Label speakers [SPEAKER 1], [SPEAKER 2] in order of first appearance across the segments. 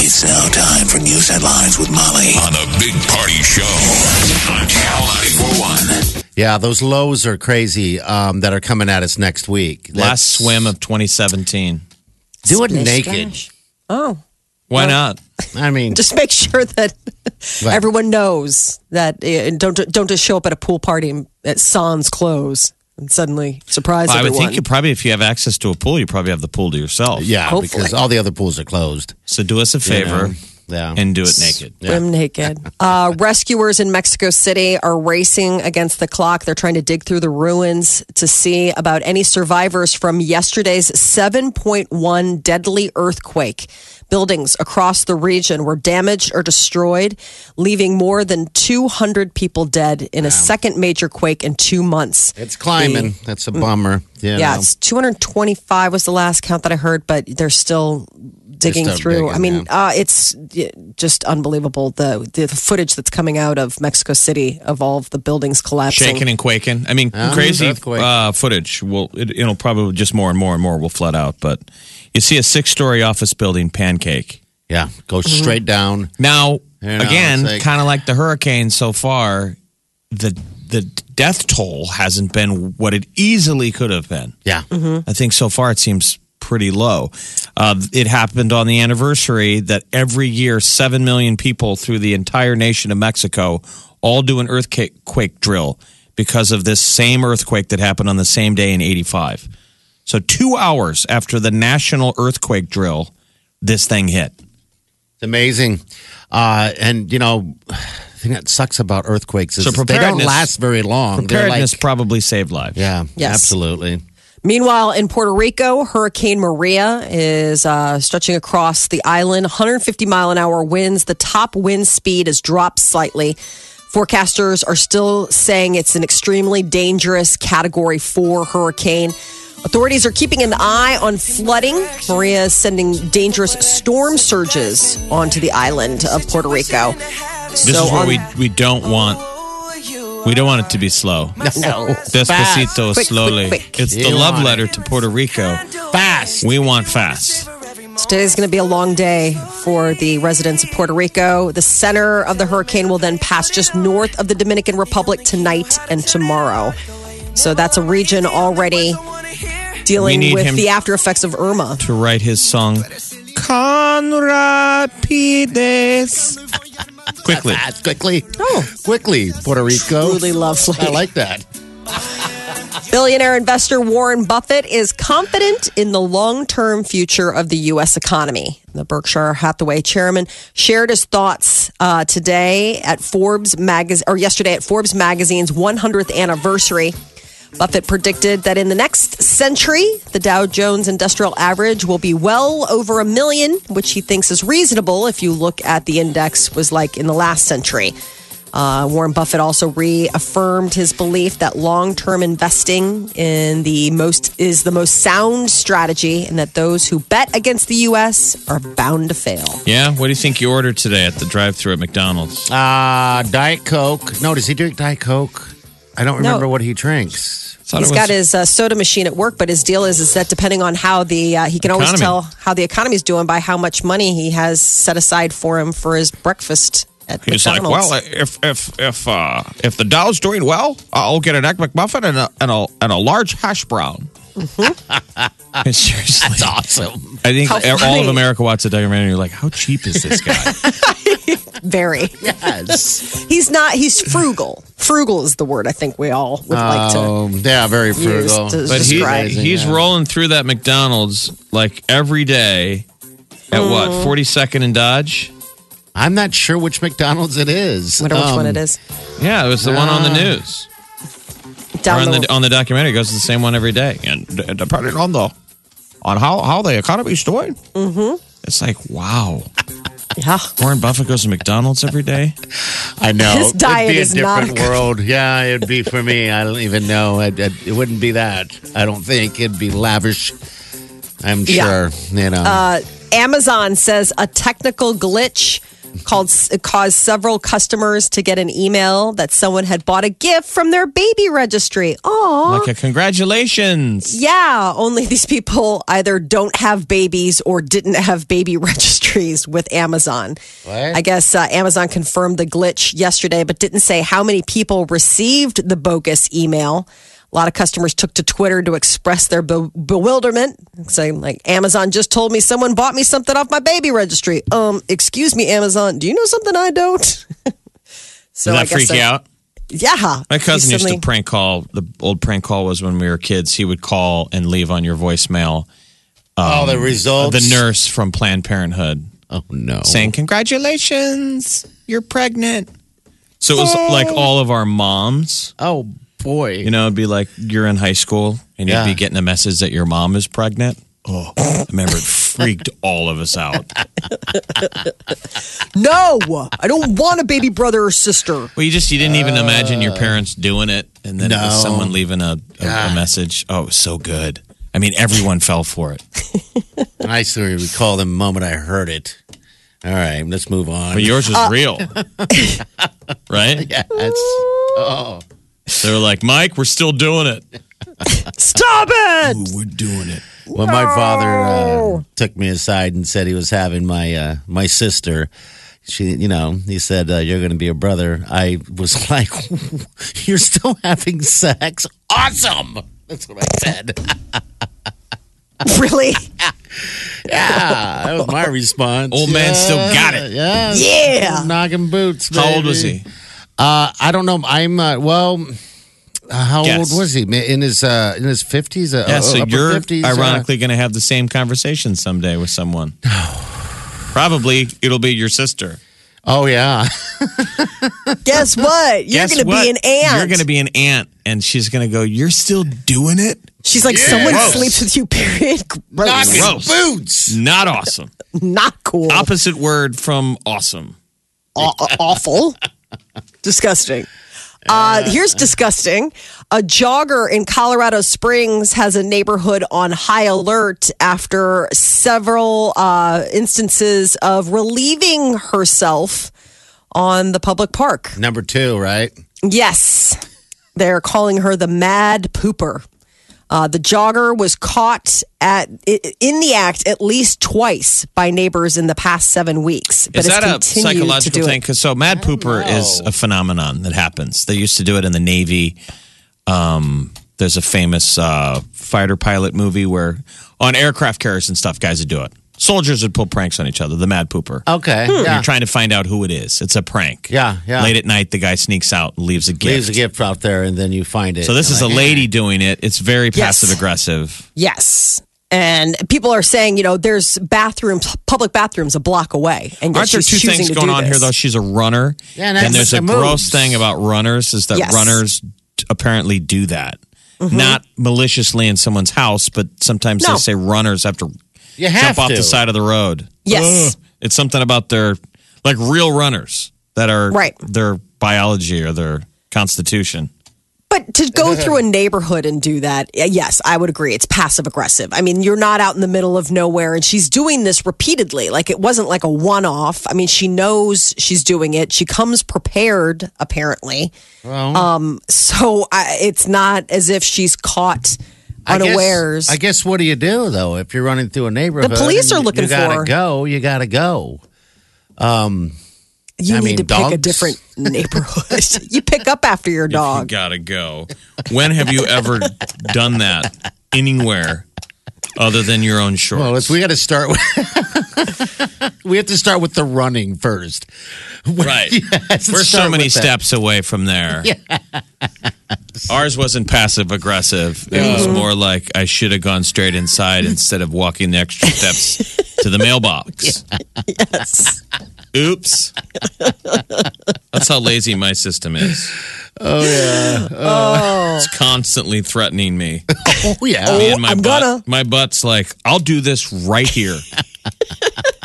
[SPEAKER 1] It's now time for news headlines with Molly on the Big Party Show on Channel 941.
[SPEAKER 2] Yeah, those lows are crazy um, that are coming at us next week. Let's
[SPEAKER 3] Last swim of 2017.
[SPEAKER 2] do it
[SPEAKER 4] Splish
[SPEAKER 2] naked.
[SPEAKER 4] splash. Oh,
[SPEAKER 3] Why not?
[SPEAKER 2] I mean,
[SPEAKER 4] just make sure that
[SPEAKER 2] Right.
[SPEAKER 4] everyone knows that, eh, and don't don't just show up at a pool party and- at sans clothes and suddenly surprise
[SPEAKER 3] I would
[SPEAKER 4] everyone.
[SPEAKER 3] think you probably, if you have access to a pool, you probably have the pool to yourself.
[SPEAKER 2] yeah,
[SPEAKER 4] hopefully.
[SPEAKER 2] because all the other pools are closed.
[SPEAKER 3] So do us a favor
[SPEAKER 2] Yeah,
[SPEAKER 3] and do it naked.
[SPEAKER 4] Swim naked. Uh, rescuers in Mexico City are racing against the clock. They're trying to dig through the ruins to see about any survivors from yesterday's 7.1 deadly earthquake. Buildings across the region were damaged or destroyed, leaving more than 200 people dead in a second major quake in two months.
[SPEAKER 2] it's climbing. Mm. That's a bummer. You
[SPEAKER 4] Yeah,
[SPEAKER 2] know.
[SPEAKER 4] it's 225 was the last count that I heard, but they're still digging
[SPEAKER 2] still
[SPEAKER 4] through.
[SPEAKER 2] digging,
[SPEAKER 4] I mean, uh, it's y- just unbelievable the the footage that's coming out of Mexico City of all of the buildings collapsing.
[SPEAKER 3] Shaking and quaking. I mean,
[SPEAKER 2] Yeah.
[SPEAKER 3] crazy
[SPEAKER 2] Earthquake.
[SPEAKER 3] uh, footage. Will it, it'll probably just more and more and more will flood out. But you see a six-story office building pancake.
[SPEAKER 2] yeah, go
[SPEAKER 4] Mm-hmm.
[SPEAKER 2] straight down.
[SPEAKER 3] Now,
[SPEAKER 2] You know,
[SPEAKER 3] again,
[SPEAKER 2] it's like-
[SPEAKER 3] kind of like the hurricane so far, the the death toll hasn't been what it easily could have been.
[SPEAKER 2] Yeah,
[SPEAKER 4] Mm-hmm.
[SPEAKER 3] I think so far it seems pretty low. Uh, it happened on the anniversary that every year, 7 million people through the entire nation of Mexico all do an earthquake quake drill because of this same earthquake that happened on the same day in 85. So, two hours after the national earthquake drill, this thing hit.
[SPEAKER 2] it's amazing. Uh, and you know, the thing that sucks about earthquakes is
[SPEAKER 3] So
[SPEAKER 2] they don't
[SPEAKER 3] preparedness-
[SPEAKER 2] last very long. They're like,
[SPEAKER 3] Preparedness probably saved lives.
[SPEAKER 2] yeah,
[SPEAKER 4] Yes.
[SPEAKER 2] absolutely.
[SPEAKER 4] Meanwhile, in Puerto Rico, Hurricane Maria is uh, stretching across the island. 150 mile an hour winds. The top wind speed has dropped slightly. Forecasters are still saying it's an extremely dangerous Category 4 hurricane. Authorities are keeping an eye on flooding. Maria is sending dangerous storm surges onto the island of Puerto Rico.
[SPEAKER 3] This
[SPEAKER 4] So
[SPEAKER 3] is what
[SPEAKER 4] on-
[SPEAKER 3] we, we don't want. We don't want it to be slow.
[SPEAKER 2] No,
[SPEAKER 3] Despacito,
[SPEAKER 4] Quick,
[SPEAKER 3] slowly.
[SPEAKER 4] quick, quick.
[SPEAKER 3] It's the
[SPEAKER 2] You
[SPEAKER 3] love
[SPEAKER 2] want
[SPEAKER 3] letter to Puerto Rico.
[SPEAKER 2] fast.
[SPEAKER 3] We want fast.
[SPEAKER 4] Today's going to be a long day for the residents of Puerto Rico. The center of the hurricane will then pass just north of the Dominican Republic tonight and tomorrow. So that's a region already
[SPEAKER 3] We
[SPEAKER 4] dealing
[SPEAKER 3] need
[SPEAKER 4] with
[SPEAKER 3] him-
[SPEAKER 4] the after effects of Irma.
[SPEAKER 3] To write his song, Con Rapides. Quickly.
[SPEAKER 2] Fast, quickly. Oh, quickly, Puerto Rico.
[SPEAKER 4] Truly lovely.
[SPEAKER 2] I like that.
[SPEAKER 4] Billionaire investor Warren Buffett is confident in the long term future of the U.S. economy. The Berkshire Hathaway chairman shared his thoughts uh, today at Forbes magazine or yesterday at Forbes magazine's 100th anniversary. Buffett predicted that in the next century, the Dow Jones Industrial Average will be well over a million, which he thinks is reasonable if you look at the index was like in the last century. Uh, Warren Buffett also reaffirmed his belief that long-term investing in the most is the most sound strategy, and that those who bet against the U.S. are bound to fail.
[SPEAKER 3] Yeah, what do you think you ordered today at the drive thru at McDonald's?
[SPEAKER 2] Uh, Diet Coke. No, does he drink Diet Coke? I don't remember what he drinks.
[SPEAKER 3] Thought
[SPEAKER 4] He's
[SPEAKER 3] it was-
[SPEAKER 4] got his uh, soda machine at work, but his deal is is that depending on how the uh, he can always
[SPEAKER 3] Economy.
[SPEAKER 4] tell how the economy's doing by how much money he has set aside for him for his breakfast at
[SPEAKER 3] He's like,
[SPEAKER 4] McDonald's.
[SPEAKER 3] well, if if if uh, if the Dow's doing well, I'll get an egg McMuffin and a and a, and a large hash brown. Seriously,
[SPEAKER 2] It's awesome.
[SPEAKER 3] I think
[SPEAKER 4] Mm-hmm. How
[SPEAKER 3] all of
[SPEAKER 4] funny.
[SPEAKER 3] America watched the documentary. You're like, how cheap is this guy?
[SPEAKER 4] very.
[SPEAKER 2] Yes.
[SPEAKER 4] He's not. He's frugal. Frugal is the word I think we all would like to.
[SPEAKER 2] um, yeah, very
[SPEAKER 4] Used
[SPEAKER 2] frugal.
[SPEAKER 4] to-
[SPEAKER 3] but he,
[SPEAKER 4] Describe.
[SPEAKER 3] he's
[SPEAKER 2] Yeah.
[SPEAKER 3] rolling through that McDonald's like every day. At what?
[SPEAKER 4] Mm.
[SPEAKER 3] 42nd and Dodge?
[SPEAKER 2] I'm not sure which McDonald's it is.
[SPEAKER 4] Wonder which
[SPEAKER 2] Um,
[SPEAKER 4] one it is.
[SPEAKER 3] Yeah, it was the one on the news. Or
[SPEAKER 4] Ah. Down
[SPEAKER 3] on
[SPEAKER 4] the,
[SPEAKER 3] the on the documentary, it goes to the same one every day. And d- depending on the on how how the economy's doing, mm-hmm. it's like wow,
[SPEAKER 4] Yeah.
[SPEAKER 3] Warren Buffett goes to McDonald's every day.
[SPEAKER 2] I know.
[SPEAKER 4] His diet
[SPEAKER 2] it'd be
[SPEAKER 4] is
[SPEAKER 2] a
[SPEAKER 4] not
[SPEAKER 2] different world. Yeah, it'd be for me. I don't even know. I'd, I'd, it wouldn't be that. I don't think it'd be lavish. I'm
[SPEAKER 4] Yeah. Uh,
[SPEAKER 2] sure. You know.
[SPEAKER 4] Amazon says a technical glitch called caused several customers to get an email that someone had bought a gift from their baby registry. Oh,
[SPEAKER 3] Like a congratulations.
[SPEAKER 4] yeah. Only these people either don't have babies or didn't have baby registries with Amazon.
[SPEAKER 2] What?
[SPEAKER 4] I guess uh, Amazon confirmed the glitch yesterday, but didn't say how many people received the bogus email. A lot of customers took to Twitter to express their be- bewilderment, saying like, "Amazon just told me someone bought me something off my baby registry." Um, excuse me, Amazon, do you know something I don't? so
[SPEAKER 3] Did that
[SPEAKER 4] I guess
[SPEAKER 3] freak
[SPEAKER 4] I-
[SPEAKER 3] you out?
[SPEAKER 4] Yeah,
[SPEAKER 3] My cousin used to
[SPEAKER 4] Recently-
[SPEAKER 3] prank call. The old prank call was when we were kids. He would call and leave on your voicemail
[SPEAKER 2] All Oh, Um, the results.
[SPEAKER 3] the nurse from Planned Parenthood
[SPEAKER 2] Oh no.
[SPEAKER 3] saying, "Congratulations, you're pregnant." So it was like all of our moms.
[SPEAKER 2] Oh boy.
[SPEAKER 3] You know, it'd be like you're in high school and
[SPEAKER 2] Yeah.
[SPEAKER 3] you'd be getting a message that your mom is pregnant. Oh, I remember it freaked all of us out.
[SPEAKER 4] No, I don't want a baby brother or sister.
[SPEAKER 3] Well, you just you didn't even imagine your parents doing it, and then it was
[SPEAKER 2] No.
[SPEAKER 3] someone leaving a, a, a message. Oh, it was so good. I mean, everyone fell for it.
[SPEAKER 2] I still recall the moment I heard it. All right, let's move on.
[SPEAKER 3] But yours was real, right?
[SPEAKER 2] yeah, that's oh.
[SPEAKER 3] They were like, Mike, we're still doing it.
[SPEAKER 4] Stop it!
[SPEAKER 3] We're doing it.
[SPEAKER 2] Well, my father uh, took me aside and said he was having my uh, my sister. She, you know, he said uh, you're going to be a brother. I was like, "You're still having sex? Awesome!" That's what I said.
[SPEAKER 4] Really?
[SPEAKER 2] Yeah, that was my response.
[SPEAKER 3] Old man still got it.
[SPEAKER 2] Yeah,
[SPEAKER 4] Yeah.
[SPEAKER 2] knocking boots.
[SPEAKER 3] How old was
[SPEAKER 2] baby.
[SPEAKER 3] he?
[SPEAKER 2] Uh, I don't know. I'm uh, well. uh, How
[SPEAKER 3] Guess.
[SPEAKER 2] old was he? In his uh, in his fifties. Uh,
[SPEAKER 3] Yeah, so
[SPEAKER 2] upper
[SPEAKER 3] you're
[SPEAKER 2] 50s, uh,
[SPEAKER 3] ironically going to have the same conversation someday with someone. Probably it'll be your sister.
[SPEAKER 2] oh yeah.
[SPEAKER 4] Guess what? You're
[SPEAKER 3] Guess
[SPEAKER 4] gonna
[SPEAKER 3] what?
[SPEAKER 4] be an aunt.
[SPEAKER 3] You're going to be an aunt, and she's going to go. You're still doing it?
[SPEAKER 4] She's like, someone
[SPEAKER 3] Gross.
[SPEAKER 4] sleeps with you. Period. Gross.
[SPEAKER 3] Gross.
[SPEAKER 2] Knocking boots.
[SPEAKER 3] Not awesome.
[SPEAKER 4] Not cool.
[SPEAKER 3] Opposite word from awesome.
[SPEAKER 4] Aw- aw- awful. disgusting. Uh, here's disgusting. A jogger in Colorado Springs has a neighborhood on high alert after several uh, instances of relieving herself on the public park.
[SPEAKER 2] Number two, right?
[SPEAKER 4] Yes. They're calling her the mad pooper. Uh, the jogger was caught at i- in the act at least twice by neighbors in the past seven weeks. But
[SPEAKER 3] Is
[SPEAKER 4] it's
[SPEAKER 3] that a
[SPEAKER 4] continued to
[SPEAKER 3] psychological
[SPEAKER 4] do
[SPEAKER 3] thing?
[SPEAKER 4] It.
[SPEAKER 3] Because so mad pooper is a phenomenon that happens. They used to do it in the Navy. Um, there's a famous uh, fighter pilot movie where on aircraft carriers and stuff, guys would do it. Soldiers would pull pranks on each other. The mad pooper.
[SPEAKER 4] Oh,
[SPEAKER 2] Okay. Yeah.
[SPEAKER 3] You're trying to find out who it is. It's a prank.
[SPEAKER 2] Yeah, yeah.
[SPEAKER 3] Late at night, the guy sneaks out and leaves a gift.
[SPEAKER 2] Leaves a gift out there, and then you find it. "Eh."
[SPEAKER 3] So this is a lady doing it. It's very
[SPEAKER 4] Yes.
[SPEAKER 3] passive aggressive.
[SPEAKER 4] Yes. And people are saying, you know, there's bathrooms, public bathrooms a block away. And yet
[SPEAKER 3] Aren't there
[SPEAKER 4] she's
[SPEAKER 3] two
[SPEAKER 4] choosing
[SPEAKER 3] things
[SPEAKER 4] to
[SPEAKER 3] going
[SPEAKER 4] do
[SPEAKER 3] on here
[SPEAKER 4] this.
[SPEAKER 3] though? She's a runner.
[SPEAKER 2] Yeah, and
[SPEAKER 3] and
[SPEAKER 2] that's
[SPEAKER 3] there's a
[SPEAKER 2] the
[SPEAKER 3] gross
[SPEAKER 2] moves.
[SPEAKER 3] thing about runners is that
[SPEAKER 4] Yes.
[SPEAKER 3] runners t- apparently do that. Not maliciously in someone's house, but sometimes
[SPEAKER 4] No.
[SPEAKER 3] they say runners have to
[SPEAKER 2] You
[SPEAKER 3] jump
[SPEAKER 2] have
[SPEAKER 3] off
[SPEAKER 2] to.
[SPEAKER 3] the side of the road.
[SPEAKER 4] Yes.
[SPEAKER 3] Ugh. It's something about their like real runners that are
[SPEAKER 4] Right.
[SPEAKER 3] their biology or their constitution.
[SPEAKER 4] But to go through a neighborhood and do that, y- yes, I would agree. It's passive aggressive. I mean, you're not out in the middle of nowhere, and she's doing this repeatedly. Like, it wasn't like a one off. I mean, she knows she's doing it. She comes prepared, apparently. um, so I, it's not as if she's caught
[SPEAKER 2] I guess-
[SPEAKER 4] unawares.
[SPEAKER 2] I guess, what do you do though if you're running through a neighborhood?
[SPEAKER 4] police are
[SPEAKER 2] and
[SPEAKER 4] looking
[SPEAKER 2] you gotta
[SPEAKER 4] for-
[SPEAKER 2] go. You gotta go.
[SPEAKER 4] you
[SPEAKER 2] I
[SPEAKER 4] need
[SPEAKER 2] mean,
[SPEAKER 4] to pick a
[SPEAKER 2] dogs.
[SPEAKER 4] different neighborhood. you pick up after your
[SPEAKER 3] You
[SPEAKER 4] dog.
[SPEAKER 3] gotta go. When have you ever done that anywhere other than your own shorts?
[SPEAKER 2] Well, let's, we got to start with. we have to start with the running first.
[SPEAKER 3] Right.
[SPEAKER 2] Yes,
[SPEAKER 3] We're
[SPEAKER 2] let's
[SPEAKER 3] so
[SPEAKER 2] start
[SPEAKER 3] many
[SPEAKER 2] with that.
[SPEAKER 3] steps away from there. Ours wasn't passive aggressive. It was more like I should have gone straight inside instead of walking the extra steps to the mailbox.
[SPEAKER 4] Yes.
[SPEAKER 3] Oops. That's how lazy my system is. Oh yeah. It's constantly threatening me.
[SPEAKER 2] Oh yeah.
[SPEAKER 3] Me and my
[SPEAKER 4] I'm
[SPEAKER 3] butt.
[SPEAKER 4] gonna.
[SPEAKER 3] My butt's like, I'll do this right here.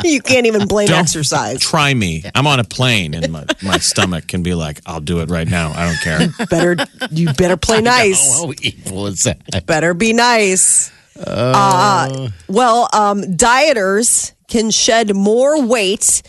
[SPEAKER 4] you can't even blame
[SPEAKER 3] Don't
[SPEAKER 4] exercise.
[SPEAKER 3] Try me. I'm on a plane and my, my stomach can be like, I'll do it right now. I don't care.
[SPEAKER 4] Better you better play nice.
[SPEAKER 2] How Oh, evil is that?
[SPEAKER 4] Better be nice. Uh, well, um, dieters can shed more weight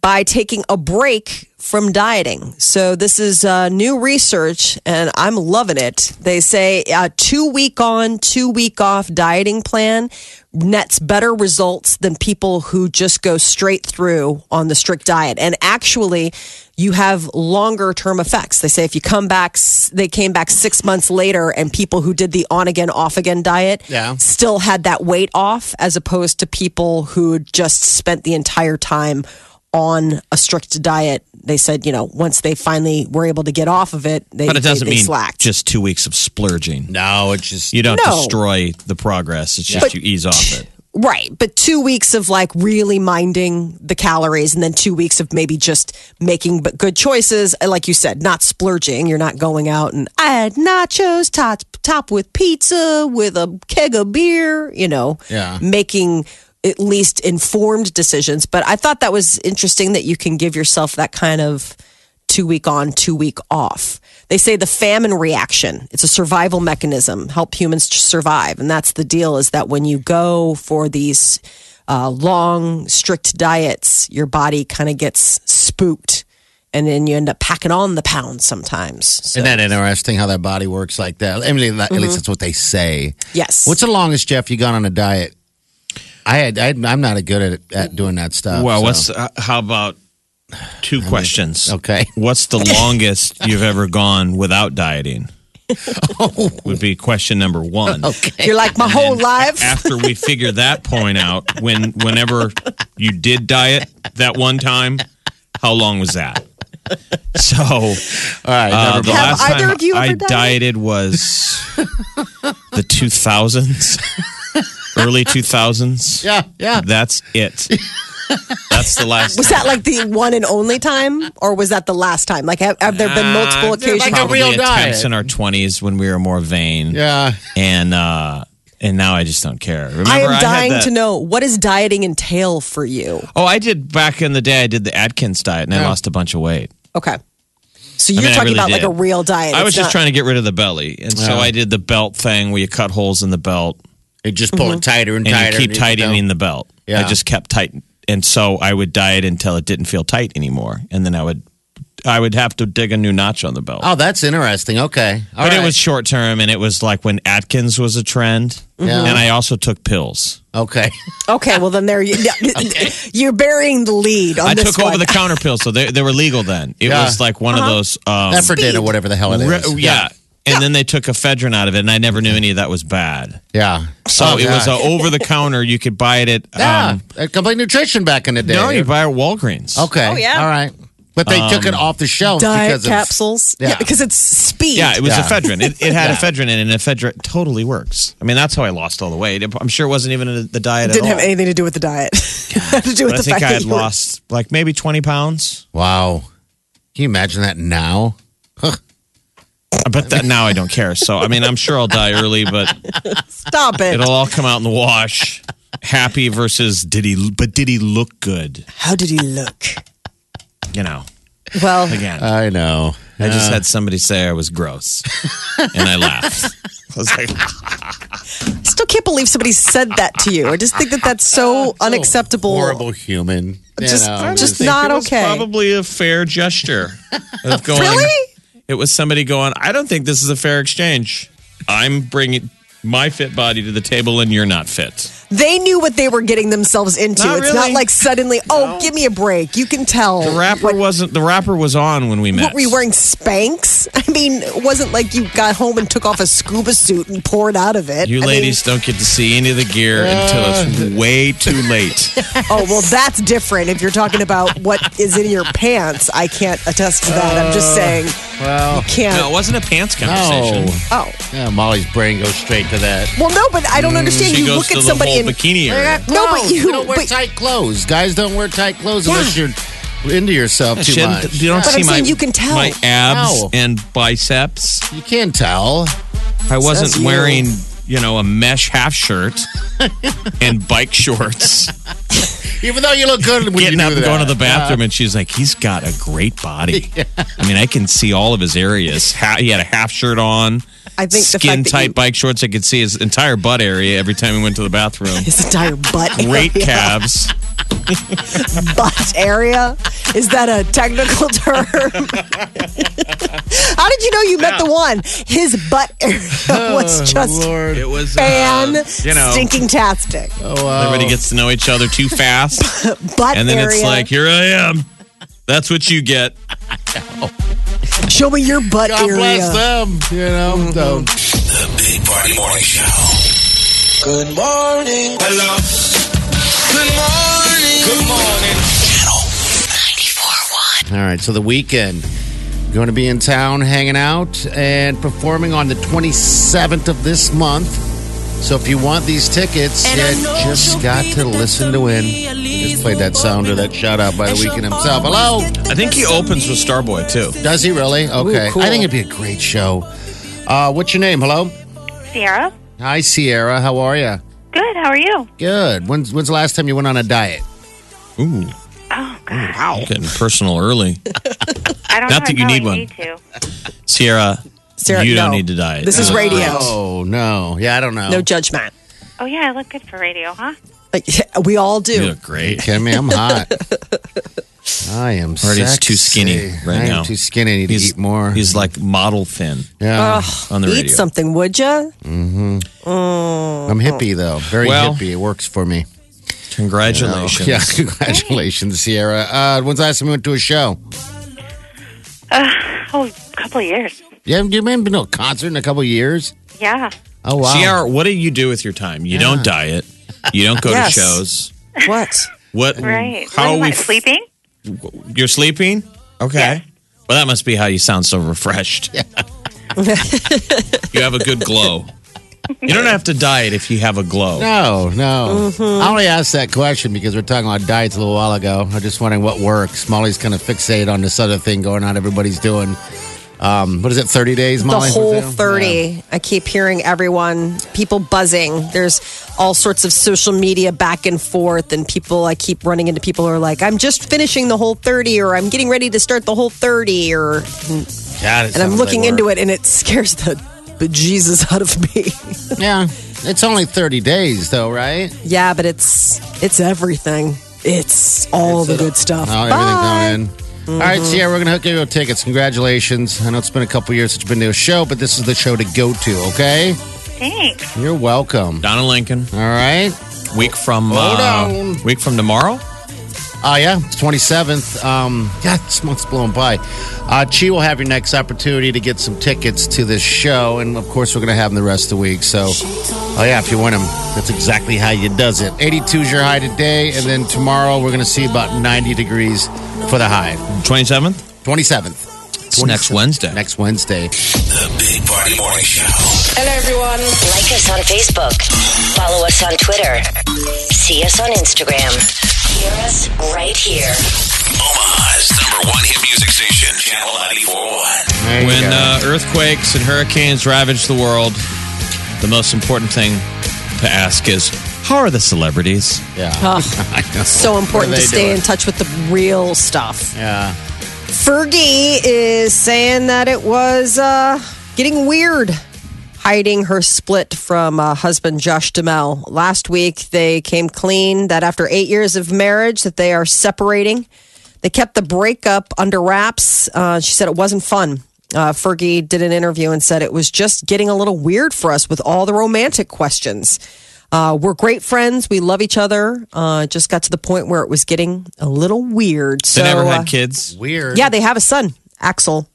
[SPEAKER 4] by taking a break from dieting. So, this is uh, new research, and I'm loving it. They say a two week on, two week off dieting plan nets better results than people who just go straight through on the strict diet. And actually, you have longer term effects. They say if you come back, s- they came back six months later, and people who did the on again, off again diet
[SPEAKER 2] Yeah.
[SPEAKER 4] still had that weight off, as opposed to people who just spent the entire time on a strict diet. They said, you know, once they finally were able to get off of it, they,
[SPEAKER 3] But it doesn't
[SPEAKER 4] they, they
[SPEAKER 3] mean
[SPEAKER 4] slacked.
[SPEAKER 3] just two weeks of splurging.
[SPEAKER 2] No, it's just
[SPEAKER 3] You don't
[SPEAKER 4] No.
[SPEAKER 3] destroy the progress. It's just you ease off it.
[SPEAKER 4] Right, but two weeks of like really minding the calories, and then two weeks of maybe just making but good choices. And Like you said, not splurging. You're not going out and I had nachos top top with pizza with a keg of beer. You know,
[SPEAKER 2] Yeah.
[SPEAKER 4] making at least informed decisions. But I thought that was interesting that you can give yourself that kind of two week on, two week off. They say the famine reaction. It's a survival mechanism, help humans to survive. And that's the deal is that when you go for these uh, long, strict diets, your body kind of gets spooked. And then you end up packing on the pounds sometimes. So,
[SPEAKER 2] Isn't that interesting how that body works like that? I mean, at
[SPEAKER 3] Mm-hmm.
[SPEAKER 2] least that's what they say.
[SPEAKER 4] yes.
[SPEAKER 2] What's the longest, Jeff, you gone on a diet? I had, I, I'm not good at, at doing that stuff.
[SPEAKER 3] Well,
[SPEAKER 2] so-
[SPEAKER 3] what's uh, how about two questions?
[SPEAKER 2] okay.
[SPEAKER 3] What's the longest you've ever gone without dieting? Would be question number one.
[SPEAKER 4] You're like my whole
[SPEAKER 3] And
[SPEAKER 4] life.
[SPEAKER 3] After we figure that point out, when whenever you did diet that one time, how long was that? So,
[SPEAKER 2] All right.
[SPEAKER 3] uh,
[SPEAKER 2] never
[SPEAKER 3] the
[SPEAKER 2] mind.
[SPEAKER 4] Have
[SPEAKER 3] last
[SPEAKER 4] either
[SPEAKER 3] time
[SPEAKER 4] of you
[SPEAKER 3] I
[SPEAKER 4] ever dieted?
[SPEAKER 3] dieted was the 2000s, early 2000s.
[SPEAKER 2] yeah, yeah.
[SPEAKER 3] That's it. That's the last.
[SPEAKER 4] Was that like the one and only time, or was that the last time? Like, have, have there been multiple
[SPEAKER 3] Uh, there were
[SPEAKER 4] occasions?
[SPEAKER 2] like a
[SPEAKER 3] probably
[SPEAKER 2] real
[SPEAKER 3] attempts
[SPEAKER 2] diet.
[SPEAKER 3] in our twenties when we were more vain.
[SPEAKER 2] yeah.
[SPEAKER 3] and uh, and now I just don't care. Remember,
[SPEAKER 4] I am
[SPEAKER 3] had
[SPEAKER 4] dying
[SPEAKER 3] that-
[SPEAKER 4] to know what does dieting entail for you.
[SPEAKER 3] Oh, I did back in the day. I did the Atkins diet, and I lost a bunch of weight.
[SPEAKER 4] Okay, so you're
[SPEAKER 3] mean, I
[SPEAKER 4] talking
[SPEAKER 3] really
[SPEAKER 4] about like
[SPEAKER 3] did.
[SPEAKER 4] a real diet.
[SPEAKER 3] I
[SPEAKER 4] It's
[SPEAKER 3] was just
[SPEAKER 4] not-
[SPEAKER 3] trying to get rid of the belly, and so I did the belt thing where you cut holes in the belt
[SPEAKER 2] You just pull it tighter and,
[SPEAKER 3] Mm-hmm. and
[SPEAKER 2] tighter.
[SPEAKER 3] you keep
[SPEAKER 2] just don't-
[SPEAKER 3] tightening the belt.
[SPEAKER 2] Yeah.
[SPEAKER 3] I just kept tight, and so I would diet until it didn't feel tight anymore, and then I would I would have to dig a new notch on the belt.
[SPEAKER 2] Oh, that's interesting. Okay. All
[SPEAKER 3] but
[SPEAKER 2] right.
[SPEAKER 3] it was short term, and it was like when Atkins was a trend,
[SPEAKER 2] Mm-hmm. Yeah.
[SPEAKER 3] and I also took pills.
[SPEAKER 2] Okay.
[SPEAKER 4] Okay, well then there you, you're burying the lead on
[SPEAKER 3] I
[SPEAKER 4] this
[SPEAKER 3] took
[SPEAKER 4] one.
[SPEAKER 3] over the counter pills, so they, they were legal then. It
[SPEAKER 2] Yeah. Uh-huh.
[SPEAKER 3] was like one of those. Um,
[SPEAKER 2] Ephedrine or whatever the hell it
[SPEAKER 3] re-
[SPEAKER 2] is.
[SPEAKER 3] yeah. And then they took ephedrine out of it, and I never knew any of that was bad.
[SPEAKER 2] Yeah.
[SPEAKER 3] So
[SPEAKER 2] Oh,
[SPEAKER 3] it was
[SPEAKER 2] gosh.
[SPEAKER 3] uh, over the counter. You could buy it at.
[SPEAKER 2] Yeah.
[SPEAKER 3] Um,
[SPEAKER 2] Uh, Complete nutrition back in the day.
[SPEAKER 3] no, you Um, buy it at Walgreens.
[SPEAKER 2] Okay.
[SPEAKER 4] Oh, yeah.
[SPEAKER 2] All right. But they took it off the shelf
[SPEAKER 4] diet
[SPEAKER 2] because of
[SPEAKER 4] capsules.
[SPEAKER 2] Yeah.
[SPEAKER 4] because it's speed.
[SPEAKER 3] Yeah, it was
[SPEAKER 2] Yeah.
[SPEAKER 3] ephedrine. It, it had
[SPEAKER 2] Yeah.
[SPEAKER 3] ephedrine in it, and ephedrine totally works. I mean, that's how I lost all the weight. I'm sure it wasn't even in the diet at
[SPEAKER 4] didn't
[SPEAKER 3] all.
[SPEAKER 4] have anything to do with the diet. It had to do with
[SPEAKER 3] but I
[SPEAKER 4] the
[SPEAKER 3] think
[SPEAKER 4] fact
[SPEAKER 3] I
[SPEAKER 4] that
[SPEAKER 3] had
[SPEAKER 4] you were-
[SPEAKER 3] lost like maybe 20 pounds.
[SPEAKER 2] Wow. Can you imagine that now?
[SPEAKER 3] But that, now I don't care. So, I mean, I'm sure I'll die early, but
[SPEAKER 4] Stop it!
[SPEAKER 3] It'll all come out in the wash. Happy versus did he? But did he look good?
[SPEAKER 4] How did he look?
[SPEAKER 3] You know,
[SPEAKER 4] Well,
[SPEAKER 3] again,
[SPEAKER 2] I know.
[SPEAKER 3] I just had somebody say I was gross, and I laughed. I was like,
[SPEAKER 4] I still can't believe somebody said that to you. I just think that that's so unacceptable.
[SPEAKER 2] Horrible human. You
[SPEAKER 4] Just-
[SPEAKER 2] know,
[SPEAKER 4] just not
[SPEAKER 3] it was
[SPEAKER 4] okay.
[SPEAKER 3] Probably a fair gesture. Of going,
[SPEAKER 4] Really?
[SPEAKER 3] It was somebody going. I don't think this is a fair exchange. I'm bringing my fit body to the table, and you're not fit.
[SPEAKER 4] They knew what they were getting themselves into.
[SPEAKER 3] Not
[SPEAKER 4] it's not
[SPEAKER 3] really.
[SPEAKER 4] like suddenly, oh, give me a break. You can tell.
[SPEAKER 3] The rapper wasn't. The rapper was on when we met.
[SPEAKER 4] What were you wearing Spanx? I mean, it wasn't like you got home and took off a scuba suit and poured out of it.
[SPEAKER 3] You
[SPEAKER 4] I Uh,
[SPEAKER 3] ladies don't get to see any of the gear until it's way too late.
[SPEAKER 4] mean, oh well, that's different. If you're talking about what is in your pants, I can't attest to that. I'm just saying,
[SPEAKER 2] well,
[SPEAKER 4] can't.
[SPEAKER 3] Uh, No, it wasn't a pants conversation.
[SPEAKER 2] no.
[SPEAKER 4] Oh
[SPEAKER 2] Yeah, Molly's brain goes straight to that.
[SPEAKER 4] well, no, but I don't understand.
[SPEAKER 3] Mm, She
[SPEAKER 4] you
[SPEAKER 3] goes
[SPEAKER 4] look
[SPEAKER 3] to
[SPEAKER 4] at
[SPEAKER 3] the
[SPEAKER 4] somebody
[SPEAKER 3] whole
[SPEAKER 4] in
[SPEAKER 3] bikini area.
[SPEAKER 4] No, but
[SPEAKER 2] Clothes.
[SPEAKER 4] you.
[SPEAKER 2] We don't wear
[SPEAKER 4] but,
[SPEAKER 2] tight clothes. Guys don't wear tight clothes unless you're into yourself too
[SPEAKER 3] She didn't-
[SPEAKER 2] much.
[SPEAKER 3] You don't
[SPEAKER 4] But
[SPEAKER 3] see
[SPEAKER 4] I'm
[SPEAKER 3] my
[SPEAKER 4] saying you can tell.
[SPEAKER 3] my abs
[SPEAKER 2] How?
[SPEAKER 3] and biceps.
[SPEAKER 2] You can tell.
[SPEAKER 3] I wasn't
[SPEAKER 4] you.
[SPEAKER 3] wearing you know a mesh half shirt and bike shorts.
[SPEAKER 2] Even though you look good when
[SPEAKER 3] getting
[SPEAKER 2] you
[SPEAKER 3] up
[SPEAKER 2] do
[SPEAKER 3] and
[SPEAKER 2] that.
[SPEAKER 3] going to the bathroom, and she's like, "He's got a great body. I mean, I can see all of his areas. Ha- he had a half shirt on,
[SPEAKER 4] I think the fact
[SPEAKER 3] skin
[SPEAKER 4] that
[SPEAKER 3] tight
[SPEAKER 4] you-
[SPEAKER 3] bike shorts. I could see his entire butt area every time he went to the bathroom.
[SPEAKER 4] His entire butt
[SPEAKER 3] Great calves.
[SPEAKER 4] butt area. Is that a technical term? How did you know you met the one? His butt area was just
[SPEAKER 2] Lord.
[SPEAKER 3] It was uh,
[SPEAKER 4] fan
[SPEAKER 3] Oh, you know. uh,
[SPEAKER 4] stinking tastic.
[SPEAKER 3] Everybody gets to know each other too fast,
[SPEAKER 4] Butt
[SPEAKER 3] and then
[SPEAKER 4] area.
[SPEAKER 3] it's like, "Here I am. That's what you get."
[SPEAKER 4] show me your butt
[SPEAKER 2] God
[SPEAKER 4] area. Mm-hmm.
[SPEAKER 2] bless them. You know, so-
[SPEAKER 1] The Big Party Morning Show. Good morning. Hello. Good morning. Good morning. Channel 94.1.
[SPEAKER 2] All right, so the weekend. Going to be in town hanging out and performing on the 27th of this month. So if you want these tickets, you just got to listen to win. Just played that sound or that shout out by the weekend himself. Hello.
[SPEAKER 3] I think he opens with Starboy too.
[SPEAKER 2] Does he really? Okay.
[SPEAKER 4] cool.
[SPEAKER 2] I think it'd be a great show. Uh, what's your name? Hello.
[SPEAKER 5] Sierra.
[SPEAKER 2] Hi, Sierra. How are you?
[SPEAKER 5] Good. How are you?
[SPEAKER 2] Good. When's, when's the last time you went on a diet?
[SPEAKER 3] Ooh,
[SPEAKER 5] Oh God,
[SPEAKER 3] getting personal early,
[SPEAKER 5] I don't
[SPEAKER 3] Not
[SPEAKER 5] know. I
[SPEAKER 3] that you
[SPEAKER 5] probably
[SPEAKER 3] need one.
[SPEAKER 5] Need to.
[SPEAKER 3] Sierra.
[SPEAKER 4] Sarah,
[SPEAKER 3] you don't
[SPEAKER 4] no.
[SPEAKER 3] need to diet.
[SPEAKER 4] This is radio.
[SPEAKER 2] Oh, no. Yeah, I don't know.
[SPEAKER 4] No judgment.
[SPEAKER 5] Oh yeah, I look good for radio, huh?
[SPEAKER 4] Like, We all do.
[SPEAKER 3] You look
[SPEAKER 2] You
[SPEAKER 3] great.
[SPEAKER 2] kidding me? I'm hot. I am
[SPEAKER 3] Already he's
[SPEAKER 2] sexy.
[SPEAKER 3] too skinny right
[SPEAKER 2] I am
[SPEAKER 3] now.
[SPEAKER 2] too skinny. I need to eat more.
[SPEAKER 3] He's like model thin
[SPEAKER 2] yeah.
[SPEAKER 3] on the
[SPEAKER 4] Eat
[SPEAKER 3] radio.
[SPEAKER 4] something, would you?
[SPEAKER 2] I'm hippie, though. Very
[SPEAKER 3] Well-
[SPEAKER 2] hippie. It works for me. Oh,
[SPEAKER 3] Congratulations.
[SPEAKER 2] yeah, congratulations, Sierra. Uh, when's the last time you went to a show?
[SPEAKER 5] Oh, a couple of years.
[SPEAKER 2] You haven't, you haven't been to a concert in a couple of years?
[SPEAKER 3] Mm.
[SPEAKER 5] Yeah.
[SPEAKER 2] Oh, wow.
[SPEAKER 3] Sierra, what do you do with your time? You don't diet. You don't go
[SPEAKER 4] Yes.
[SPEAKER 3] to shows.
[SPEAKER 4] What?
[SPEAKER 3] What?
[SPEAKER 5] Right.
[SPEAKER 3] How
[SPEAKER 5] What do you
[SPEAKER 3] are we
[SPEAKER 5] want, sleeping?
[SPEAKER 3] You're sleeping? Okay. Well, that must be how you sound so refreshed. you have a good glow. You don't have to diet if you have a glow.
[SPEAKER 2] No, no.
[SPEAKER 4] Mm-hmm.
[SPEAKER 2] I only asked that question because we are talking about diets a little while ago. I'm just wondering what works. Molly's kind of fixated on this other thing going on. Everybody's doing. Um, what is it? Thirty days,
[SPEAKER 4] the
[SPEAKER 2] Molly.
[SPEAKER 4] whole
[SPEAKER 2] Yeah.
[SPEAKER 4] 30 i keep hearing everyone people buzzing there's all sorts of social media back and forth and people i keep running into people who are like i'm just finishing the whole 30 or i'm getting ready to start the whole 30 or and
[SPEAKER 2] God, it
[SPEAKER 4] i'm
[SPEAKER 2] sounds
[SPEAKER 4] looking
[SPEAKER 2] like
[SPEAKER 4] into
[SPEAKER 2] work.
[SPEAKER 4] it and it scares the bejesus out of me
[SPEAKER 2] Yeah, it's only thirty days though, right?
[SPEAKER 4] yeah but it's it's everything it's all the good stuff
[SPEAKER 2] Oh,
[SPEAKER 4] Bye.
[SPEAKER 2] everything's
[SPEAKER 4] Mm-hmm.
[SPEAKER 2] going in. All right, Sierra, we're gonna hook you up with tickets. Congratulations! I know it's been a couple years since you've been to a show, but this is the show to go to. Okay,
[SPEAKER 5] Thanks.
[SPEAKER 2] you're welcome.
[SPEAKER 3] Donna Lincoln,
[SPEAKER 2] All right.
[SPEAKER 3] week from
[SPEAKER 2] Hold
[SPEAKER 3] uh,
[SPEAKER 2] on.
[SPEAKER 3] week from tomorrow.
[SPEAKER 2] Oh, yeah, it's 27th. Um, God, this month's blowing by. Uh, Chi will have your next opportunity to get some tickets to this show, and of course, we're going to have them the rest of the week. So, oh, yeah, if you win them, that's exactly how you does it. 82 is your high today, and then tomorrow we're going to see about 90 degrees for the high.
[SPEAKER 3] Twenty seventh?
[SPEAKER 2] 27th.
[SPEAKER 3] It's next Wednesday.
[SPEAKER 2] Next Wednesday.
[SPEAKER 1] The Big Party Morning Show.
[SPEAKER 6] Hello, everyone.
[SPEAKER 7] Like us on Facebook. Follow us on Twitter. See us on Instagram. Hear us right here.
[SPEAKER 1] Omaha's number one hit music station. Channel 94.1.
[SPEAKER 2] There you
[SPEAKER 3] When
[SPEAKER 2] go.
[SPEAKER 3] uh, earthquakes and hurricanes ravage the world, the most important thing to ask is how are the celebrities?
[SPEAKER 2] yeah.
[SPEAKER 4] so important
[SPEAKER 2] What are they
[SPEAKER 4] to stay
[SPEAKER 2] doing?
[SPEAKER 4] in touch with the real stuff
[SPEAKER 2] yeah.
[SPEAKER 4] Fergie is saying that it was uh, getting weird hiding her split from uh, husband Josh Duhamel. Last week, they came clean that after eight years of marriage, that they are separating. They kept the breakup under wraps. Uh, she said it wasn't fun. Uh, Fergie did an interview and said it was just getting a little weird for us with all the romantic questions. Uh, we're great friends. We love each other. Uh, it just got to the point where it was getting a little weird.
[SPEAKER 3] They
[SPEAKER 4] So
[SPEAKER 3] never
[SPEAKER 4] uh,
[SPEAKER 3] had kids.
[SPEAKER 2] Weird.
[SPEAKER 4] yeah, they have a son, Axel.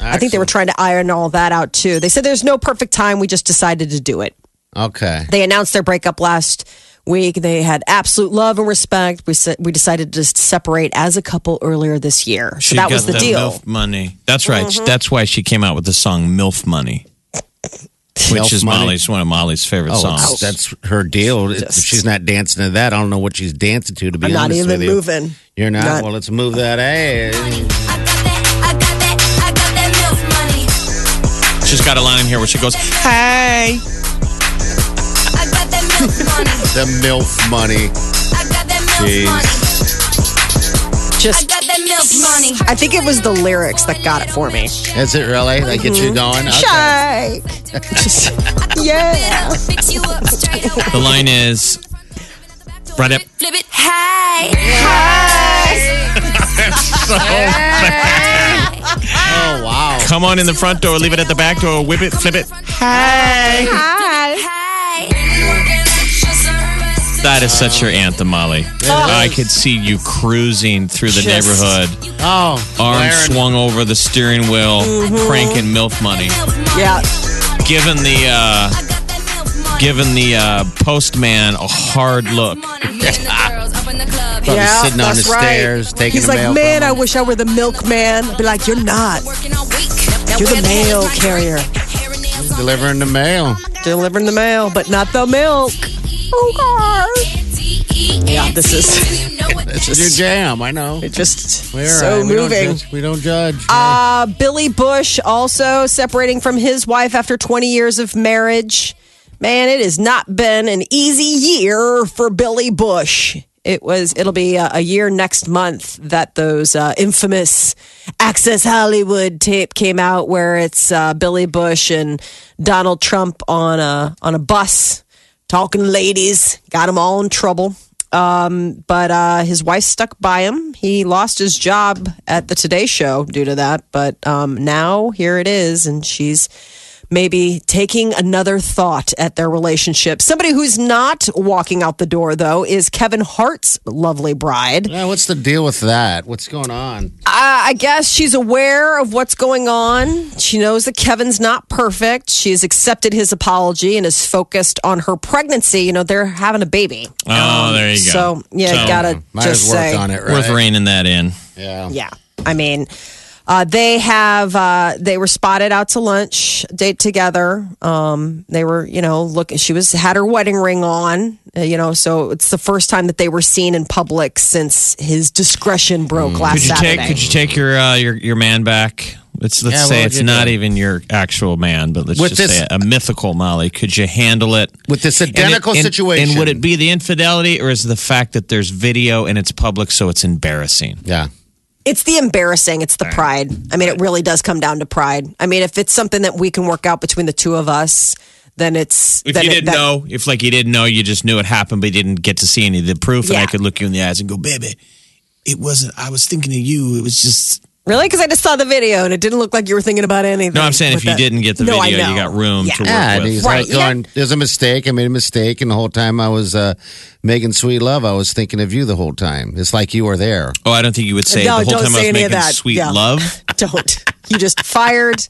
[SPEAKER 4] I think they were trying to iron all that out too. They said there's no perfect time. We just decided to do it.
[SPEAKER 2] Okay.
[SPEAKER 4] They announced their breakup last week. They had absolute love and respect. We said we decided to just separate as a couple earlier this year. So
[SPEAKER 3] She
[SPEAKER 4] that
[SPEAKER 3] got
[SPEAKER 4] was the deal. Mm-hmm.
[SPEAKER 3] MILF money. That's right. That's why she came out with the song "MILF Money," which
[SPEAKER 2] Milf
[SPEAKER 3] is
[SPEAKER 2] money?
[SPEAKER 3] Molly's one of Molly's favorite
[SPEAKER 2] Oh,
[SPEAKER 3] songs.
[SPEAKER 2] it's- that's her deal. If she's not dancing to that, I don't know what she's dancing to. To be
[SPEAKER 4] I'm not
[SPEAKER 2] honest
[SPEAKER 4] even
[SPEAKER 2] with you.
[SPEAKER 4] moving.
[SPEAKER 2] You're not.
[SPEAKER 4] Not-
[SPEAKER 2] Well, let's move that ass.
[SPEAKER 8] I got that, I got that, I got that milk money.
[SPEAKER 3] She's got a line in here where she goes, "Hey,
[SPEAKER 8] I got that milk money.
[SPEAKER 2] The milf money.
[SPEAKER 8] I got that milk milk money. I
[SPEAKER 4] Just,
[SPEAKER 8] got that milk money.
[SPEAKER 4] I think it was the lyrics that got it for me.
[SPEAKER 2] Is it really? That gets
[SPEAKER 4] Mm-hmm.
[SPEAKER 2] you going? Okay.
[SPEAKER 4] Shake. Just- yeah.
[SPEAKER 8] Fix you up straight away.
[SPEAKER 3] The line is right up.
[SPEAKER 8] Flip it high. High.
[SPEAKER 2] Oh, wow.
[SPEAKER 3] Come on in the front door, leave it at the back door, whip it, flip it. That is such your anthem, Molly. I could see you cruising through the
[SPEAKER 4] Just-
[SPEAKER 3] neighborhood,
[SPEAKER 2] Oh,
[SPEAKER 3] arm
[SPEAKER 2] Aaron.
[SPEAKER 3] swung over the steering wheel,
[SPEAKER 4] Mm-hmm.
[SPEAKER 3] cranking milk money.
[SPEAKER 4] Yeah.
[SPEAKER 3] Given the uh, given the uh, postman a hard look.
[SPEAKER 2] Probably
[SPEAKER 4] yeah.
[SPEAKER 2] sitting on
[SPEAKER 4] that's
[SPEAKER 2] the
[SPEAKER 4] right.
[SPEAKER 2] stairs, taking
[SPEAKER 4] He's
[SPEAKER 2] the
[SPEAKER 4] like,
[SPEAKER 2] mail
[SPEAKER 4] man,
[SPEAKER 2] from
[SPEAKER 4] I wish I were the milkman. I'd be like, you're not. You're the mail carrier.
[SPEAKER 2] delivering the mail.
[SPEAKER 4] Delivering the mail, but not the milk. Oh, God. Yeah, this is
[SPEAKER 2] It's your jam. I know.
[SPEAKER 4] it just
[SPEAKER 2] We're
[SPEAKER 4] so
[SPEAKER 2] all right. We don't
[SPEAKER 4] moving.
[SPEAKER 2] judge. We don't judge.
[SPEAKER 4] Uh, Billy Bush also separating from his wife after 20 years of marriage. Man, it has not been an easy year for Billy Bush. It was. It'll be a, a year next month that those uh, infamous Access Hollywood tape came out, where it's uh, Billy Bush and Donald Trump on a on a bus talking to ladies. Got them all in trouble. Um, but uh, his wife stuck by him. He lost his job at the Today Show due to that. But um, now here it is, and she's maybe taking another thought at their relationship. Somebody who's not walking out the door, though, is Kevin Hart's lovely bride.
[SPEAKER 2] yeah, what's the deal with that? What's going on?
[SPEAKER 4] I guess she's aware of what's going on. She knows that Kevin's not perfect. She has accepted his apology and is focused on her pregnancy. You know, they're having a baby.
[SPEAKER 3] Oh, there you go.
[SPEAKER 4] So, yeah,
[SPEAKER 3] So,
[SPEAKER 4] gotta
[SPEAKER 2] Might
[SPEAKER 4] just
[SPEAKER 2] as work
[SPEAKER 4] say,
[SPEAKER 2] on it, right?
[SPEAKER 3] Worth reining that in.
[SPEAKER 2] Yeah.
[SPEAKER 4] yeah. I mean, uh, they have uh, they were spotted out to lunch, date together. Um, they were, you know, look. She was had her wedding ring on, uh, you know. So it's the first time that they were seen in public since his discretion broke last
[SPEAKER 3] Mm. Could you
[SPEAKER 4] Saturday.
[SPEAKER 3] take could you take your uh, your your man back? Let's let's
[SPEAKER 2] Yeah, what
[SPEAKER 3] say
[SPEAKER 2] would
[SPEAKER 3] it's
[SPEAKER 2] you
[SPEAKER 3] not
[SPEAKER 2] do?
[SPEAKER 3] even your actual man, but let's
[SPEAKER 2] With
[SPEAKER 3] just
[SPEAKER 2] this-
[SPEAKER 3] say a mythical Molly. Could you handle it
[SPEAKER 2] With this
[SPEAKER 3] And it-
[SPEAKER 2] identical
[SPEAKER 3] and-
[SPEAKER 2] situation.
[SPEAKER 3] And would it be the infidelity or is it the fact that there's video and it's public, so it's embarrassing?
[SPEAKER 2] Yeah.
[SPEAKER 4] It's the embarrassing. It's the pride. I mean, it really does come down to pride. I mean, if it's something that we can work out between the two of us, then it's.
[SPEAKER 3] If
[SPEAKER 4] then
[SPEAKER 3] you
[SPEAKER 4] it-
[SPEAKER 3] didn't
[SPEAKER 4] that-
[SPEAKER 3] know, if like you didn't know, you just knew it happened, but you didn't get to see any of the proof, and I
[SPEAKER 4] Yeah.
[SPEAKER 3] could look you in the eyes and go, "Baby, it wasn't. I was thinking of you. It was just."
[SPEAKER 4] Really? Because I just saw the video and it didn't look like you were thinking about anything.
[SPEAKER 3] No, I'm saying if
[SPEAKER 4] with
[SPEAKER 3] you
[SPEAKER 4] that-
[SPEAKER 3] didn't get the
[SPEAKER 4] No, I
[SPEAKER 3] video, you
[SPEAKER 4] know.
[SPEAKER 3] got room
[SPEAKER 4] Yeah.
[SPEAKER 3] to work
[SPEAKER 2] Yeah, and
[SPEAKER 3] with.
[SPEAKER 2] he's
[SPEAKER 4] Right,
[SPEAKER 2] like going, "There's a mistake. I made a mistake." And the whole time I was uh, making sweet love, I was thinking of you the whole time. It's like you were there.
[SPEAKER 3] Oh, I don't think you would say
[SPEAKER 4] No,
[SPEAKER 3] the whole
[SPEAKER 4] don't
[SPEAKER 3] time I
[SPEAKER 4] say
[SPEAKER 3] was
[SPEAKER 4] any of
[SPEAKER 3] making
[SPEAKER 4] that.
[SPEAKER 3] sweet
[SPEAKER 4] Yeah.
[SPEAKER 3] love.
[SPEAKER 4] Don't. You just fired.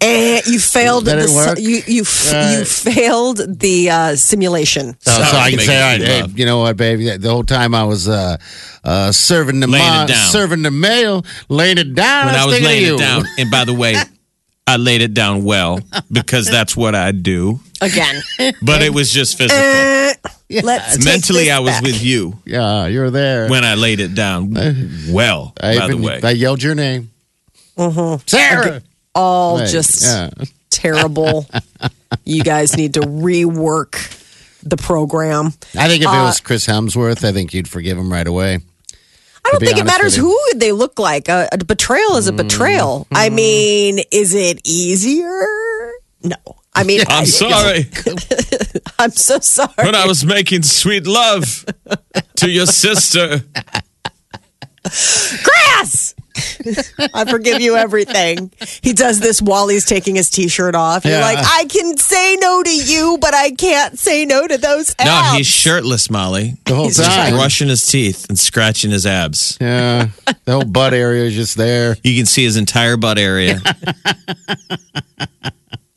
[SPEAKER 4] And you failed
[SPEAKER 2] That
[SPEAKER 4] the
[SPEAKER 2] didn't work?
[SPEAKER 4] you you f- you failed the uh, simulation.
[SPEAKER 2] So,
[SPEAKER 3] Sounds
[SPEAKER 2] so I
[SPEAKER 3] like
[SPEAKER 2] can
[SPEAKER 3] making
[SPEAKER 2] say, "All right,
[SPEAKER 3] sweet
[SPEAKER 2] hey,
[SPEAKER 3] love."
[SPEAKER 2] you know what, baby? The whole time I was uh, uh, serving the
[SPEAKER 3] Laying it
[SPEAKER 2] ma-
[SPEAKER 3] down.
[SPEAKER 2] serving the mail, laying it down.
[SPEAKER 3] when I was
[SPEAKER 2] thinking of
[SPEAKER 3] laying
[SPEAKER 2] you.
[SPEAKER 3] it down. And by the way, I laid it down well because that's what I do.
[SPEAKER 4] Again,
[SPEAKER 3] But it was just physical.
[SPEAKER 4] let's take
[SPEAKER 3] Mentally,
[SPEAKER 4] this
[SPEAKER 3] I was
[SPEAKER 4] back.
[SPEAKER 3] with you
[SPEAKER 2] Yeah, you were there.
[SPEAKER 3] when I laid it down well.
[SPEAKER 2] I,
[SPEAKER 3] by the
[SPEAKER 2] even-
[SPEAKER 3] way,
[SPEAKER 2] I yelled your name, Sarah.
[SPEAKER 4] all
[SPEAKER 2] Right,
[SPEAKER 4] Mm-hmm. just
[SPEAKER 2] yeah.
[SPEAKER 4] terrible. you guys need to rework the program.
[SPEAKER 2] I think if it
[SPEAKER 4] uh,
[SPEAKER 2] was Chris Hemsworth, I think you'd forgive him right away.
[SPEAKER 4] I don't
[SPEAKER 2] be
[SPEAKER 4] think it
[SPEAKER 2] honest
[SPEAKER 4] matters
[SPEAKER 2] with you. Mm-hmm.
[SPEAKER 4] who they look like. Uh, A, a betrayal is a betrayal. I mean, is it easier? No. I mean,
[SPEAKER 3] I'm sorry
[SPEAKER 4] I'm so sorry.
[SPEAKER 3] when I was making sweet love to your sister.
[SPEAKER 4] Chris! I forgive you everything. He does this while he's taking his t-shirt off. You're
[SPEAKER 2] Yeah.
[SPEAKER 4] like, I can say no to you, but I can't say no to those abs.
[SPEAKER 3] No, he's shirtless, Molly.
[SPEAKER 2] The whole
[SPEAKER 4] He's just
[SPEAKER 2] time,
[SPEAKER 3] Brushing his teeth and scratching his abs.
[SPEAKER 2] yeah, the whole butt area is just there.
[SPEAKER 3] You can see his entire butt area.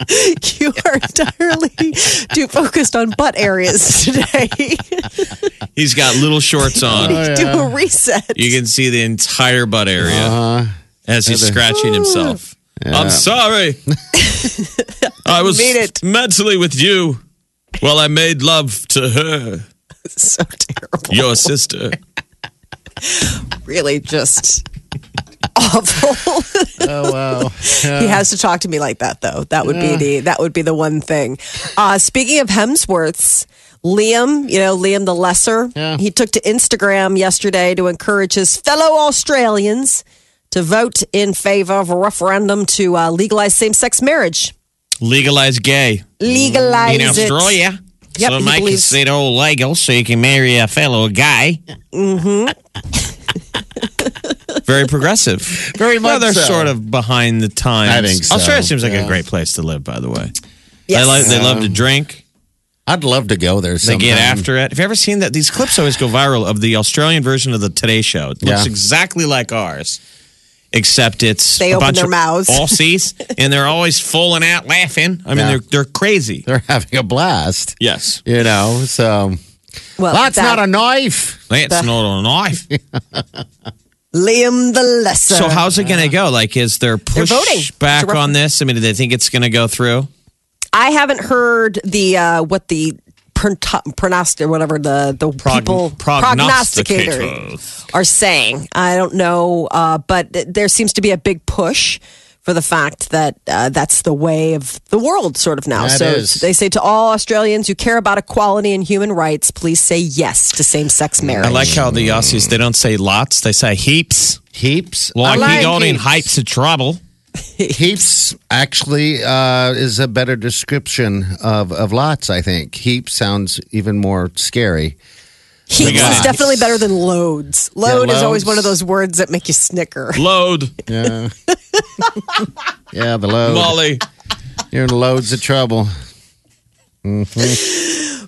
[SPEAKER 4] You are entirely too focused on butt areas today.
[SPEAKER 3] He's got little shorts on.
[SPEAKER 4] Do a reset.
[SPEAKER 3] Oh, You can see the entire butt area
[SPEAKER 2] Uh-huh.
[SPEAKER 3] as he's scratching himself. I'm sorry. I was
[SPEAKER 4] Mean it.
[SPEAKER 3] mentally with you while I made love to her,
[SPEAKER 4] so terrible.
[SPEAKER 3] your sister.
[SPEAKER 4] Really, just awful.
[SPEAKER 2] Oh wow.
[SPEAKER 4] he has to talk to me like that though. That would
[SPEAKER 3] Mm.
[SPEAKER 4] be the that would be the one thing. Uh, speaking of Hemsworths, Liam, you know Liam the Lesser,
[SPEAKER 2] Yeah.
[SPEAKER 4] he took to Instagram yesterday to encourage his fellow Australians to vote in favor of a referendum to uh, legalize same-sex marriage.
[SPEAKER 3] Legalize gay
[SPEAKER 4] Legalize
[SPEAKER 3] in
[SPEAKER 4] it.
[SPEAKER 3] Australia.
[SPEAKER 4] Yep,
[SPEAKER 3] so
[SPEAKER 4] he
[SPEAKER 3] make
[SPEAKER 4] believes-
[SPEAKER 3] it all legal so you can marry a fellow guy. Mm-hmm. Very progressive.
[SPEAKER 2] Very
[SPEAKER 3] Well,
[SPEAKER 2] much
[SPEAKER 3] they're
[SPEAKER 2] so.
[SPEAKER 3] sort of behind the times.
[SPEAKER 2] I think so,
[SPEAKER 3] Australia seems like a
[SPEAKER 2] yeah.
[SPEAKER 3] great place to live, by the way. They,
[SPEAKER 4] Yes.
[SPEAKER 3] like, they love to drink.
[SPEAKER 2] I'd love to go there.
[SPEAKER 3] They
[SPEAKER 2] Sometime.
[SPEAKER 3] get after it. Have you ever seen that? These clips always go viral of the Australian version of the Today Show. It looks
[SPEAKER 2] Yeah.
[SPEAKER 3] exactly like ours, except it's
[SPEAKER 4] They
[SPEAKER 3] a
[SPEAKER 4] open
[SPEAKER 3] bunch
[SPEAKER 4] their
[SPEAKER 3] of
[SPEAKER 4] mouths.
[SPEAKER 3] Aussies, and they're always falling out laughing. I mean,
[SPEAKER 2] Yeah.
[SPEAKER 3] they're they're crazy.
[SPEAKER 2] They're having a blast.
[SPEAKER 3] Yes,
[SPEAKER 2] You know, so
[SPEAKER 4] Well,
[SPEAKER 2] that's
[SPEAKER 4] that-
[SPEAKER 2] not a knife.
[SPEAKER 3] that's not a knife.
[SPEAKER 4] Liam the Lesser.
[SPEAKER 3] So how's it going to go? Like, is there
[SPEAKER 4] voting.
[SPEAKER 3] push back
[SPEAKER 4] It's a ref-
[SPEAKER 3] on this? I mean, do they think it's going to go through?
[SPEAKER 4] I haven't heard the uh, what the pronostic whatever the the
[SPEAKER 3] Prog-
[SPEAKER 4] people
[SPEAKER 3] prognosticators.
[SPEAKER 4] are saying. I don't know, uh, but th- there seems to be a big push for the fact that uh, that's the way of the world, sort of now.
[SPEAKER 2] That
[SPEAKER 4] so
[SPEAKER 2] is.
[SPEAKER 4] they say to all Australians who care about equality and human rights, please say yes to same-sex marriage.
[SPEAKER 3] Mm, I like how the Aussies they don't say lots; they say heaps.
[SPEAKER 2] Heaps. I
[SPEAKER 3] Like,
[SPEAKER 2] like
[SPEAKER 3] he got in
[SPEAKER 2] heaps.
[SPEAKER 3] heaps of trouble.
[SPEAKER 2] Heaps actually uh, is a better description of, of lots, I think. Heap sounds even more scary.
[SPEAKER 4] Heaps
[SPEAKER 3] got
[SPEAKER 4] is
[SPEAKER 3] it.
[SPEAKER 4] definitely better than loads. Load is always
[SPEAKER 2] loads.
[SPEAKER 4] one of those words that make you snicker.
[SPEAKER 3] Load,
[SPEAKER 2] Yeah. yeah, the load.
[SPEAKER 3] Molly.
[SPEAKER 2] You're in loads of trouble.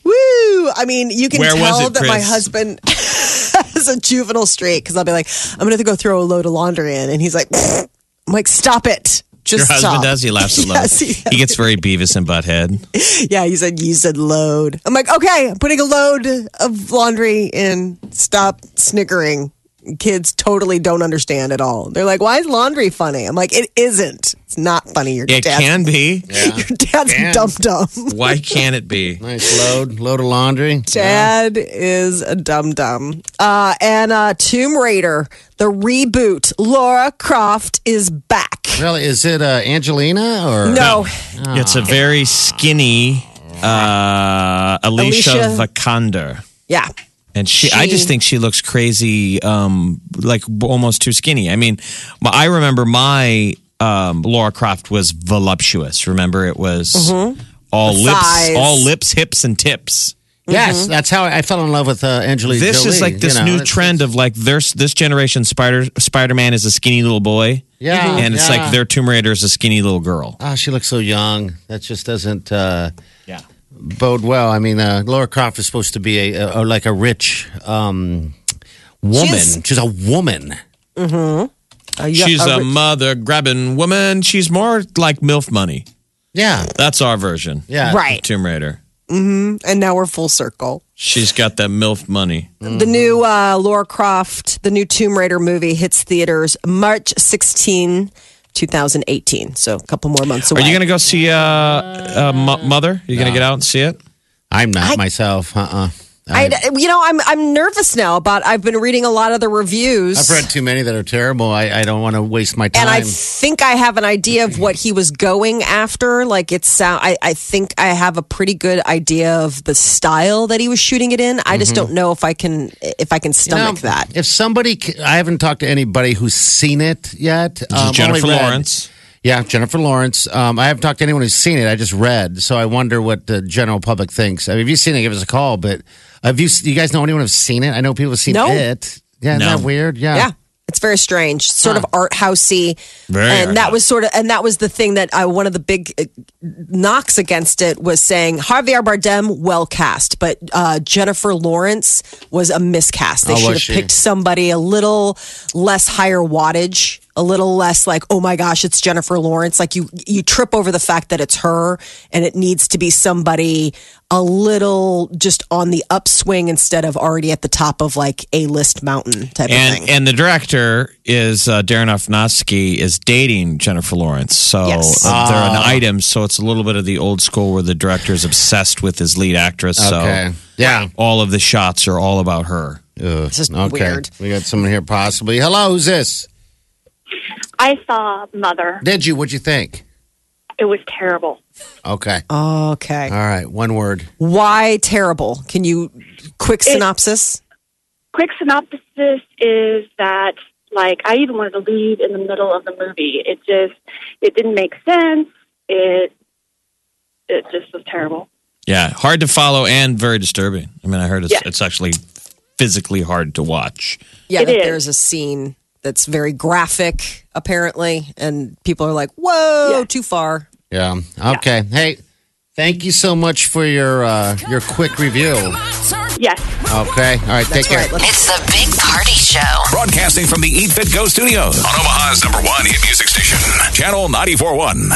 [SPEAKER 4] Woo! I mean, you can
[SPEAKER 3] Where was
[SPEAKER 4] tell
[SPEAKER 3] it,
[SPEAKER 4] that my
[SPEAKER 3] Chris?
[SPEAKER 4] husband has a juvenile streak because I'll be like, I'm going to go throw a load of laundry in. And he's like, I'm like, stop it.
[SPEAKER 3] Your
[SPEAKER 4] Just
[SPEAKER 3] husband
[SPEAKER 4] stop."
[SPEAKER 3] does. He laughs a lot.
[SPEAKER 4] Yes, he,
[SPEAKER 3] he gets very Beavis and Butthead.
[SPEAKER 4] yeah, he said, you said load. I'm like, okay, I'm putting a load of laundry in. Stop snickering. Kids totally don't understand at all. They're like, why is laundry funny? I'm like, it isn't. It's not funny. Your
[SPEAKER 3] It
[SPEAKER 4] dad's,
[SPEAKER 3] can be.
[SPEAKER 4] your dad's
[SPEAKER 2] Can.
[SPEAKER 4] a dum-dum.
[SPEAKER 3] Why can't it be?
[SPEAKER 2] Nice load, load of laundry.
[SPEAKER 4] Dad is a dum dum. Uh, and uh, Tomb Raider, the reboot, Laura Croft is back.
[SPEAKER 2] Really, is it uh, Angelina or
[SPEAKER 4] No,
[SPEAKER 3] It's
[SPEAKER 4] Oh,
[SPEAKER 3] a very skinny uh, Alicia,
[SPEAKER 4] Alicia.
[SPEAKER 3] Vikander.
[SPEAKER 4] yeah,
[SPEAKER 3] And she, I
[SPEAKER 4] She-
[SPEAKER 3] just think she looks crazy, um, like b- almost too skinny. I mean, my, I remember my um, Laura Croft was voluptuous. Remember, it was all
[SPEAKER 4] Mm-hmm. The
[SPEAKER 3] lips,
[SPEAKER 4] thighs.
[SPEAKER 3] all lips, hips, and tips.
[SPEAKER 2] Yes,
[SPEAKER 4] Mm-hmm.
[SPEAKER 2] that's how I fell in love with uh, Angelina
[SPEAKER 3] This
[SPEAKER 2] Jolie,
[SPEAKER 3] is like this
[SPEAKER 2] you know,
[SPEAKER 3] new
[SPEAKER 2] it's-
[SPEAKER 3] trend of like there's this generation Spider Spider Man is a skinny little boy.
[SPEAKER 2] Yeah,
[SPEAKER 3] and it's
[SPEAKER 2] Oh, yeah.
[SPEAKER 3] like their Tomb Raider is a skinny little girl.
[SPEAKER 2] Ah, she looks so young. That just doesn't uh,
[SPEAKER 3] Yeah.
[SPEAKER 2] bode well. I mean, uh, Laura Croft is supposed to be a, a, a like a rich um, woman.
[SPEAKER 4] She's-
[SPEAKER 2] She's a woman.
[SPEAKER 4] Uh,
[SPEAKER 3] She's
[SPEAKER 2] uh,
[SPEAKER 3] um, a mother grabbing woman. She's more like MILF money.
[SPEAKER 2] Yeah,
[SPEAKER 3] That's our version.
[SPEAKER 2] yeah.
[SPEAKER 4] right.
[SPEAKER 3] Tomb Raider.
[SPEAKER 4] And now we're full circle.
[SPEAKER 3] She's got that MILF money.
[SPEAKER 4] The new uh, Laura Croft, the new Tomb Raider movie hits theaters March 16, 2018. So a couple more months away.
[SPEAKER 3] Are you going to go see uh, uh, Mo- Mother? Are you going to get out and see it?
[SPEAKER 2] I'm not myself. Uh uh
[SPEAKER 4] I, you know, I'm I'm nervous now. About I've been reading a lot of the reviews.
[SPEAKER 2] I've read too many that are terrible. I, I don't want to waste my time.
[SPEAKER 4] and I think I have an idea of what he was going after. Like it's sound. I, I think I have a pretty good idea of the style that he was shooting it in. I just don't know if I can if I can
[SPEAKER 2] Mm-hmm. You know,
[SPEAKER 4] stomach that.
[SPEAKER 2] If somebody, c- I haven't talked to anybody who's seen it yet.
[SPEAKER 3] This
[SPEAKER 2] Um,
[SPEAKER 3] is Jennifer
[SPEAKER 2] only read-
[SPEAKER 3] Lawrence.
[SPEAKER 2] Yeah, Jennifer Lawrence. Um, I haven't talked to anyone who's seen it. I just read, so I wonder what the general public thinks. I mean, if you've seen it, give us a call. But uh, have you? You guys know anyone who's seen it? I know people have seen
[SPEAKER 4] No.
[SPEAKER 2] it. Yeah, isn't
[SPEAKER 3] No.
[SPEAKER 2] that weird? Yeah.
[SPEAKER 4] Yeah. It's very strange, sort of art housey,
[SPEAKER 3] Very
[SPEAKER 4] and
[SPEAKER 3] art
[SPEAKER 4] that
[SPEAKER 3] house.
[SPEAKER 4] was sort of, and that was the thing that I, one of the big uh, knocks against it was saying Javier Bardem well cast, but uh, Jennifer Lawrence was a miscast. They
[SPEAKER 2] Oh,
[SPEAKER 4] should
[SPEAKER 2] was
[SPEAKER 4] have
[SPEAKER 2] she?
[SPEAKER 4] picked somebody a little less higher wattage, a little less like, oh my gosh, it's Jennifer Lawrence. Like you, you trip over the fact that it's her, and it needs to be somebody a little just on the upswing instead of already at the top of like a list mountain type of thing.
[SPEAKER 3] And and the director is uh, Darren Aronofsky is dating Jennifer Lawrence, so
[SPEAKER 4] Yes.
[SPEAKER 3] uh, they're an item. So it's a little bit of the old school where the director is obsessed with his lead actress.
[SPEAKER 2] Okay.
[SPEAKER 3] So
[SPEAKER 2] Yeah.
[SPEAKER 3] all of the shots are all about her.
[SPEAKER 2] Ugh,
[SPEAKER 4] just
[SPEAKER 2] okay.
[SPEAKER 4] weird.
[SPEAKER 2] We got someone here possibly. Hello, who's this?
[SPEAKER 6] I saw Mother.
[SPEAKER 2] Did you? What'd you think?
[SPEAKER 6] It was terrible.
[SPEAKER 2] Okay.
[SPEAKER 4] Okay.
[SPEAKER 2] All right. One word.
[SPEAKER 4] Why terrible? Can you quick synopsis?
[SPEAKER 6] Quick synopsis is that like I even wanted to leave in the middle of the movie. It just it didn't make sense. It it just was terrible.
[SPEAKER 3] Yeah, hard to follow and very disturbing. I mean, I heard it's,
[SPEAKER 6] Yeah.
[SPEAKER 3] it's actually physically hard to watch.
[SPEAKER 4] yeah,
[SPEAKER 6] It
[SPEAKER 4] that
[SPEAKER 6] is.
[SPEAKER 4] there's a scene that's very graphic, apparently, and people are like, "Whoa,
[SPEAKER 6] Yeah.
[SPEAKER 4] too far."
[SPEAKER 2] Yeah. Okay. Hey, thank you so much for your uh, your quick review.
[SPEAKER 6] Yes.
[SPEAKER 2] Okay. All right. take
[SPEAKER 4] That's
[SPEAKER 2] care.
[SPEAKER 4] right. Let's
[SPEAKER 7] It's the Big Party Show.
[SPEAKER 1] E Broadcasting from the Eat Fit Go studios on Omaha's number one hit music station, Channel 941.